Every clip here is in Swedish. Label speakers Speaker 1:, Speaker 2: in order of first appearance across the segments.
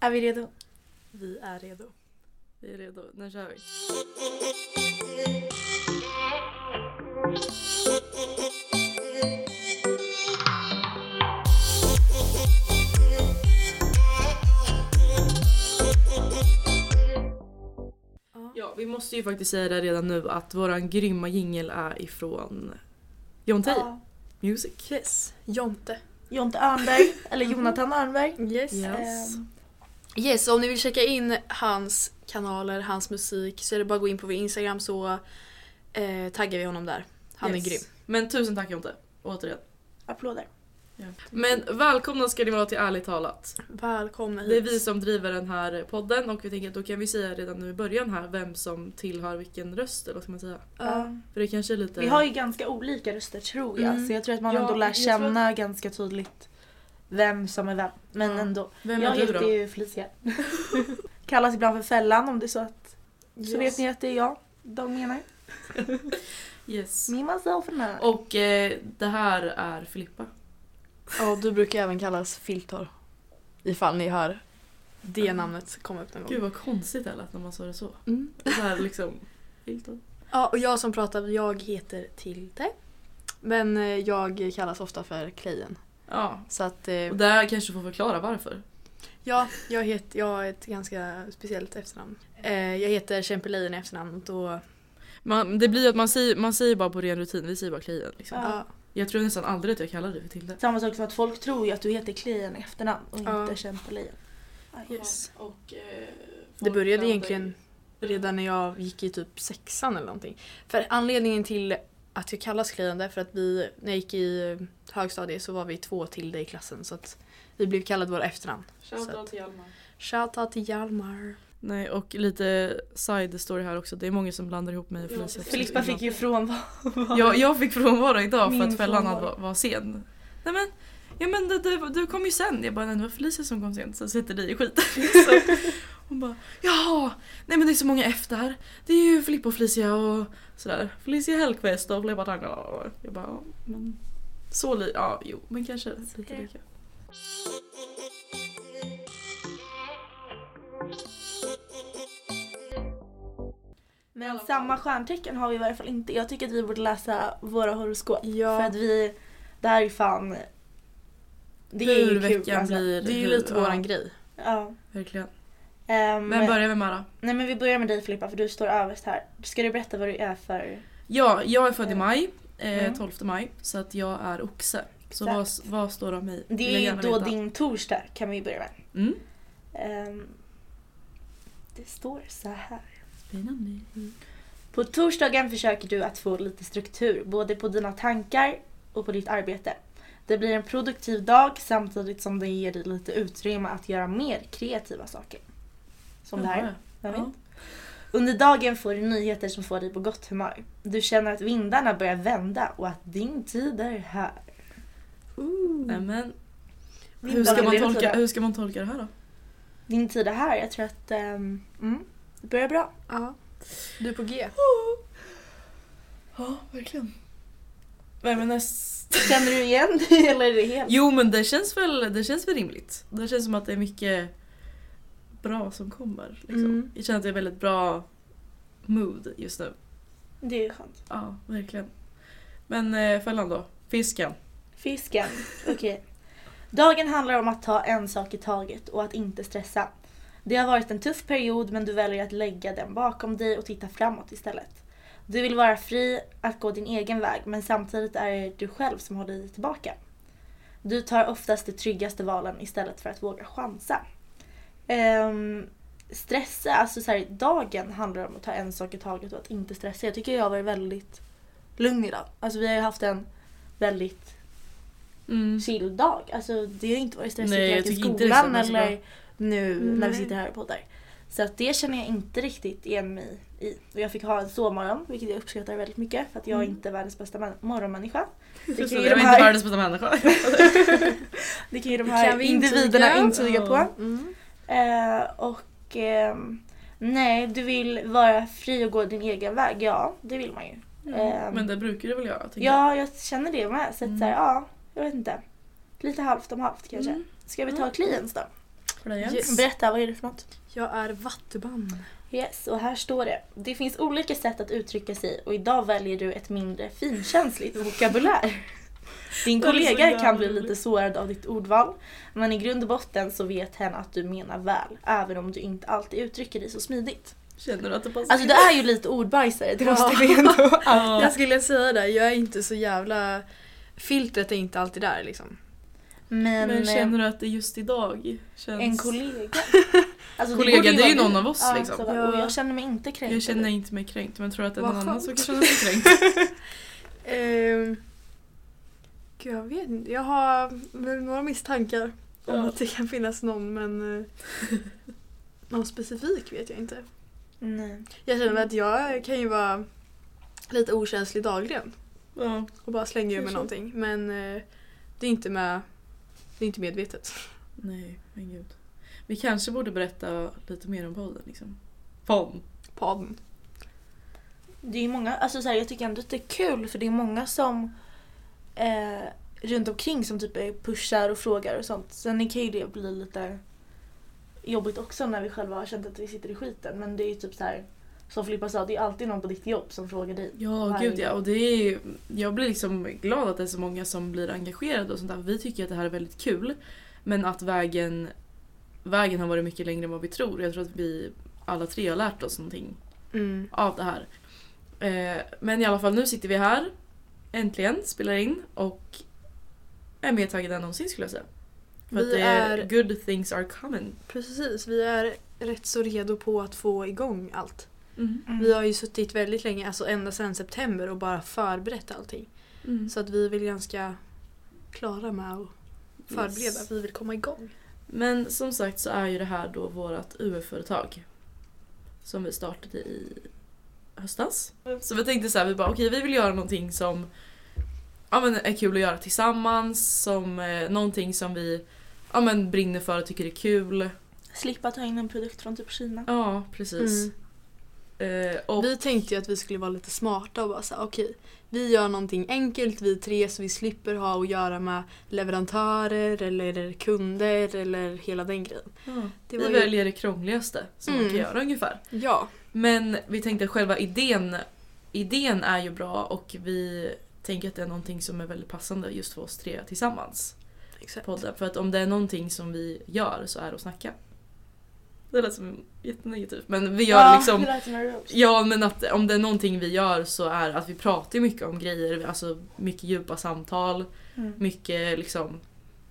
Speaker 1: Är vi redo?
Speaker 2: Vi är redo. Vi är redo. Nu kör vi. Ja, vi måste ju faktiskt säga det redan nu att våran grymma jingel är ifrån John Tay
Speaker 1: Ja.
Speaker 2: Music.
Speaker 1: Yes. Jonte. Jonte Arnberg, eller Jonathan Arnberg.
Speaker 3: Yes.
Speaker 2: Mhm. Yes.
Speaker 1: Ehm,
Speaker 3: Yes, om ni vill checka in hans kanaler, hans musik så är det bara att gå in på vår Instagram så eh, taggar vi honom där. Han
Speaker 2: Yes.
Speaker 3: är grym.
Speaker 2: Men tusen tack Jonte, återigen.
Speaker 1: applåder.
Speaker 2: Men välkomna ska ni vara till Ärligt talat.
Speaker 3: Välkomna hit.
Speaker 2: Det är vi som driver den här podden och vi tänker att då kan vi säga redan nu i början här vem som tillhör vilken röst eller vad ska man säga?
Speaker 1: Ja.
Speaker 2: För det kanske är lite...
Speaker 1: Vi har ju ganska olika röster tror jag
Speaker 2: Mm.
Speaker 1: så jag tror att man
Speaker 2: Ja,
Speaker 1: ändå lär
Speaker 2: jag tror att-
Speaker 1: känna ganska tydligt vem som är vem. Men
Speaker 2: Ja.
Speaker 1: ändå.
Speaker 2: Vem
Speaker 1: jag
Speaker 2: är du
Speaker 1: heter
Speaker 2: då?
Speaker 1: ju Felicia. Kallas ibland för Fällan om det är så att så vet ni att det är jag de menar.
Speaker 2: Yes.
Speaker 1: Me, myself and I.
Speaker 2: Och eh, det här är Filippa.
Speaker 3: Ja, du brukar även kallas Filtor. Ifall ni hör det namnet komma upp någon gång.
Speaker 2: Gud vad konstigt det lät när man sa det så.
Speaker 3: Mm.
Speaker 2: Det här liksom... Hilton.
Speaker 3: Ja, och jag som pratar, jag heter Tilde. Men eh, jag kallas ofta för Klejen.
Speaker 2: Ja.
Speaker 3: Så att, eh,
Speaker 2: Och där kanske du får förklara varför.
Speaker 3: ja, jag, heter, jag har ett ganska speciellt efternamn. Eh, jag heter Kämpelejen i efternamn och
Speaker 2: Man, det blir ju att man säger, man säger bara på ren rutin, vi säger bara Klejen. Liksom.
Speaker 1: Ja.
Speaker 3: ja.
Speaker 2: Jag tror nästan aldrig att jag kallar dig för Tilde.
Speaker 1: Samma sak som att folk tror ju att du heter Klein i efternamn och
Speaker 3: Ja.
Speaker 1: inte Kämpelejon.
Speaker 3: Yes.
Speaker 2: Och, eh,
Speaker 3: Det
Speaker 2: folk
Speaker 3: började
Speaker 2: blandar
Speaker 3: egentligen redan när jag gick i typ sexan eller någonting. För anledningen till att jag kallas Klejen är för att vi, när jag gick i högstadiet så var vi två till i klassen så att vi blev kallade våra efternamn. Shoutout Så att-
Speaker 2: till Hjalmar.
Speaker 3: Shoutout till Hjalmar.
Speaker 2: Nej och lite side story här också, det är många som blandar ihop mig och
Speaker 3: Ja,
Speaker 2: Felicia.
Speaker 1: Filippa fick ju frånvaro.
Speaker 2: jag, jag fick frånvaro idag för
Speaker 1: Min
Speaker 2: att Fällan hade- var,
Speaker 1: frånvaro.
Speaker 2: var sen. Nej men, ja, men du, du, du kom ju sen. Jag bara nej det var Felicia som kom sent så jag sätter dig i skiten. Så Hon bara jaha, nej men det är så många F där. Det är ju Filippa och Felicia och sådär. Felicia Hellqvist och Filippa Tang. Jag bara ja men så li- ja jo men kanske lite
Speaker 1: är det.
Speaker 2: lika.
Speaker 1: Men samma stjärntecken har vi i varje fall inte. Jag tycker att vi borde läsa våra horoskop.
Speaker 3: Ja.
Speaker 1: För att vi, det här är fan... Det är
Speaker 2: Hur
Speaker 1: ju kul.
Speaker 2: veckan
Speaker 1: alltså.
Speaker 2: blir.
Speaker 3: Det är ju
Speaker 2: hur-
Speaker 3: lite
Speaker 2: ja,
Speaker 3: våran grej.
Speaker 1: Ja.
Speaker 2: Verkligen.
Speaker 1: Ehm,
Speaker 2: Vem börjar med Mara?
Speaker 1: Nej men vi börjar med dig Filippa för du står överst här. Ska du berätta vad du är för...
Speaker 2: Ja, jag är född i maj, eh,
Speaker 1: Mm.
Speaker 2: 12 maj, så att jag är oxe. Så vad,
Speaker 1: Exakt.
Speaker 2: vad står det om mig?
Speaker 1: Det
Speaker 2: Vill jag
Speaker 1: är ju
Speaker 2: gärna
Speaker 1: då
Speaker 2: veta.
Speaker 1: din torsdag kan vi börja med.
Speaker 2: Mm.
Speaker 1: Ehm, det står så här.
Speaker 2: Spännande.
Speaker 1: På torsdagen försöker du att få lite struktur både på dina tankar och på ditt arbete. Det blir en produktiv dag samtidigt som den ger dig lite utrymme att göra mer kreativa saker. Som det här. Vem vet?
Speaker 2: Ja.
Speaker 1: Under dagen får du nyheter som får dig på gott humör. Du känner att vindarna börjar vända och att din tid är här.
Speaker 2: Nej,
Speaker 3: Ehm,
Speaker 2: men, hur,
Speaker 1: Vindarna
Speaker 2: ska man
Speaker 1: blir
Speaker 2: tolka,
Speaker 1: tydliga.
Speaker 2: hur ska man tolka det här då?
Speaker 1: Din tid är här. Jag tror att ehm, mm, det börjar bra.
Speaker 3: Ja. Du är på G.
Speaker 2: Ja, verkligen. Vem är näst?
Speaker 1: Känner du igen det eller är det helt?
Speaker 2: Jo men det känns, väl, det känns väl rimligt. Det känns som att det är mycket bra som kommer. Liksom.
Speaker 3: Mm.
Speaker 2: Jag känner att det är väldigt bra mood just nu.
Speaker 1: Det är ju skönt.
Speaker 2: Ja, verkligen. Men eh, fällan då? Fisken?
Speaker 1: Fisken. Okej. Dagen handlar om att ta en sak i taget och att inte stressa. Det har varit en tuff period men du väljer att lägga den bakom dig och titta framåt istället. Du vill vara fri att gå din egen väg men samtidigt är det du själv som håller dig tillbaka. Du tar oftast de tryggaste valen istället för att våga chansa. Ehm, stressa, alltså så här, dagen handlar om att ta en sak i taget och att inte stressa. Jag tycker jag har varit väldigt lugn idag. Alltså vi har ju haft en väldigt
Speaker 2: Mm.
Speaker 1: chill dag. Alltså det har inte varit stressigt
Speaker 2: Nej, jag
Speaker 1: varken i
Speaker 2: tycker inte det
Speaker 1: skolan
Speaker 2: kändes så
Speaker 1: eller nu när
Speaker 2: Nej.
Speaker 1: vi sitter här och poddar. Så att det känner jag inte riktigt igen mig i. Och jag fick ha en sovmorgon vilket jag uppskattar väldigt mycket för att jag är inte världens bästa man- morgonmänniska. Det kan
Speaker 2: Det
Speaker 1: ju
Speaker 2: var
Speaker 1: de
Speaker 2: inte
Speaker 1: här-
Speaker 2: världens bästa människa.
Speaker 1: Det kan ju de
Speaker 3: Det
Speaker 1: här
Speaker 3: kan vi
Speaker 1: individerna
Speaker 3: intyga.
Speaker 1: intyga på.
Speaker 2: Ja.
Speaker 3: Mm.
Speaker 1: Eh, och ehm, nej, du vill vara fri och gå din egen väg. Ja, det vill man ju. Ehm,
Speaker 2: Men det brukar du väl göra? tänker
Speaker 1: ja, jag känner det med. Så att
Speaker 2: Mm.
Speaker 1: så här, ja, jag vet inte. Lite halvt om halvt kanske.
Speaker 2: Mm.
Speaker 1: Ska vi ta kliens då?
Speaker 2: För dig
Speaker 3: Yes.
Speaker 1: Berätta, vad är det för något?
Speaker 3: Jag är vattuban.
Speaker 1: Yes, och här står det. Det finns olika sätt att uttrycka sig och idag väljer du ett mindre finkänsligt vokabulär. Din
Speaker 2: Det är så
Speaker 1: kollega
Speaker 2: jävla
Speaker 1: kan bli
Speaker 2: roligt.
Speaker 1: lite sårad av ditt ordval, men i grund och botten så vet hen att du menar väl, även om du inte alltid uttrycker dig så smidigt.
Speaker 2: Känner du att det passar?
Speaker 1: Alltså det är ju lite ordbajsare, det
Speaker 3: Ja.
Speaker 1: måste vi ändå...
Speaker 2: ja.
Speaker 3: Jag skulle säga det, jag är inte så jävla... Filtret är inte alltid där liksom.
Speaker 1: Men,
Speaker 2: Men
Speaker 1: eh,
Speaker 2: känner du att det just idag känns...
Speaker 1: en kollega... Alltså,
Speaker 2: Kollega,
Speaker 1: borde
Speaker 2: det är ju
Speaker 1: vara
Speaker 2: någon
Speaker 1: vi.
Speaker 2: av oss,
Speaker 1: ja,
Speaker 2: liksom.
Speaker 1: så var det. Och
Speaker 3: Ja.
Speaker 1: jag känner mig inte kränkt.
Speaker 2: Jag känner inte mig kränkt men tror att en
Speaker 3: Vad
Speaker 2: annan
Speaker 3: skönt.
Speaker 2: som kan känna sig kränkt.
Speaker 3: Ehm, gud, jag vet inte. Jag har väl några misstankar om
Speaker 2: Ja.
Speaker 3: att det kan finnas någon men... eh, någon specifik vet jag inte.
Speaker 1: Nej.
Speaker 3: Jag känner att jag kan ju vara lite okänslig dagligen
Speaker 2: Ja.
Speaker 3: och bara slänga ur mig
Speaker 2: Kanske.
Speaker 3: någonting. Men eh, det är inte med... Det är inte medvetet.
Speaker 2: Nej, men gud. Vi kanske borde berätta lite mer om podden liksom. Pom.
Speaker 3: Podden.
Speaker 1: Det är ju många, alltså så här, jag tycker ändå att det är kul för det är många som eh, runt omkring som typ eh, pushar och frågar och sånt. Sen kan ju det bli lite jobbigt också när vi själva har känt att vi sitter i skiten. Men det är ju typ så här, som Filippa sa, det är alltid någon på ditt jobb som frågar dig.
Speaker 2: Ja,
Speaker 1: Varje
Speaker 2: gud ja. Och det är ju, jag blir liksom glad att det är så många som blir engagerade och sånt där. Vi tycker att det här är väldigt kul. Men att vägen, vägen har varit mycket längre än vad vi tror. Jag tror att vi alla tre har lärt oss någonting
Speaker 3: Mm.
Speaker 2: av det här. Eh, men i alla fall, nu sitter vi här. Äntligen spelar in och är mer taggade än någonsin skulle jag säga. För
Speaker 3: Vi
Speaker 2: att det
Speaker 3: är-
Speaker 2: good things are coming.
Speaker 3: Precis, vi är rätt så redo på att få igång allt.
Speaker 1: Mm.
Speaker 2: Mm.
Speaker 3: Vi har ju suttit väldigt länge, alltså ända sedan september och bara förberett allting.
Speaker 2: Mm.
Speaker 3: Så att vi är väl ganska klara med att förbereda,
Speaker 2: Yes.
Speaker 3: vi vill komma igång.
Speaker 2: Men som sagt så är ju det här då vårt UF-företag. Som vi startade i höstas. Så vi tänkte så här, vi bara okej vi vill göra någonting som ja, men är kul att göra tillsammans. Som eh, någonting som vi ja, men brinner för och tycker är kul.
Speaker 1: Slippa ta in en produkt från typ Kina.
Speaker 2: Ja
Speaker 3: Mm.
Speaker 2: precis. Eh, och
Speaker 3: Vi tänkte ju att vi skulle vara lite smarta och bara säga okej, vi gör någonting enkelt vi tre så vi slipper ha att göra med leverantörer eller kunder eller hela den grejen.
Speaker 2: ja,
Speaker 3: Det
Speaker 2: vi
Speaker 3: var ju-
Speaker 2: väljer det krångligaste som man kan
Speaker 3: Mm.
Speaker 2: göra ungefär.
Speaker 3: Ja,
Speaker 2: Men vi tänkte att själva idén, idén är ju bra och vi tänker att det är någonting som är väldigt passande just för oss tre tillsammans.
Speaker 3: exakt.
Speaker 2: podden. För att om det är någonting som vi gör så är det att snacka. Det lät som jättenegativt men vi gör liksom...
Speaker 1: det lät som en roast.
Speaker 2: Ja men att om det är någonting vi gör så är att vi pratar ju mycket om grejer, alltså mycket djupa samtal,
Speaker 1: Mm.
Speaker 2: mycket liksom...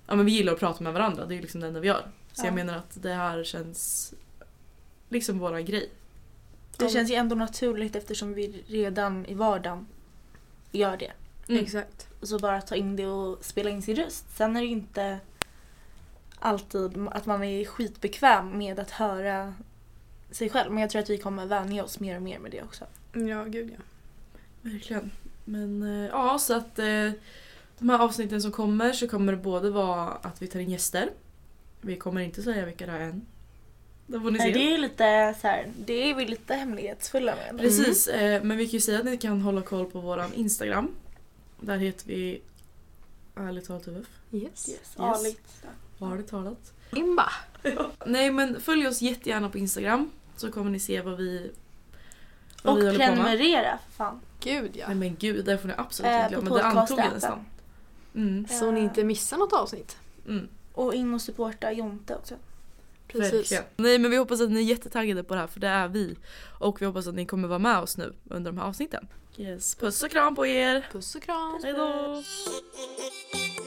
Speaker 2: Ja men vi gillar att prata med varandra, det är ju liksom det enda vi gör. Så
Speaker 1: Ja.
Speaker 2: jag menar att det här känns liksom våran grej.
Speaker 1: Det känns ju ändå naturligt eftersom vi redan i vardagen gör det.
Speaker 2: Mm.
Speaker 3: Exakt.
Speaker 1: Och så bara ta in det och spela in sin röst. Sen är det ju inte alltid att man är skitbekväm med att höra sig själv. Men jag tror att vi kommer vänja oss mer och mer med det också.
Speaker 3: Ja, gud ja.
Speaker 2: Verkligen. Men eh, ja, så att eh, de här avsnitten som kommer så kommer det både vara att vi tar in gäster. Vi kommer inte säga vilka det är än. Det får ni
Speaker 1: Nej,
Speaker 2: se.
Speaker 1: det är lite så här, det är vi lite hemlighetsfulla med.
Speaker 2: Precis,
Speaker 1: Mm.
Speaker 2: eh, men vi kan ju säga att ni kan hålla koll på våran Instagram. Där heter vi ärligt talat UF.
Speaker 3: Yes.
Speaker 1: Yes, Aligt.
Speaker 2: Ärligt talat.
Speaker 3: Imba.
Speaker 2: Nej men följ oss jättegärna på Instagram så kommer ni se vad vi vad
Speaker 1: Och
Speaker 2: vi håller på med.
Speaker 1: prenumerera för fan.
Speaker 3: Gud ja.
Speaker 2: Nej men gud, det får ni absolut
Speaker 1: Eh,
Speaker 2: inte
Speaker 1: på
Speaker 2: glömma. Det antog jag
Speaker 1: podcastappen.
Speaker 2: nästan. Mm,
Speaker 3: Så ni inte missar något avsnitt.
Speaker 2: mm.
Speaker 1: Och in och supporta Jonte också.
Speaker 3: Precis.
Speaker 2: Nej men vi hoppas att ni är jättetaggade på det här för det är vi. Och vi hoppas att ni kommer vara med oss nu under de här avsnitten. Yes. Puss och kram på er!
Speaker 3: Puss och kram.
Speaker 2: Hejdå!
Speaker 4: Thank you.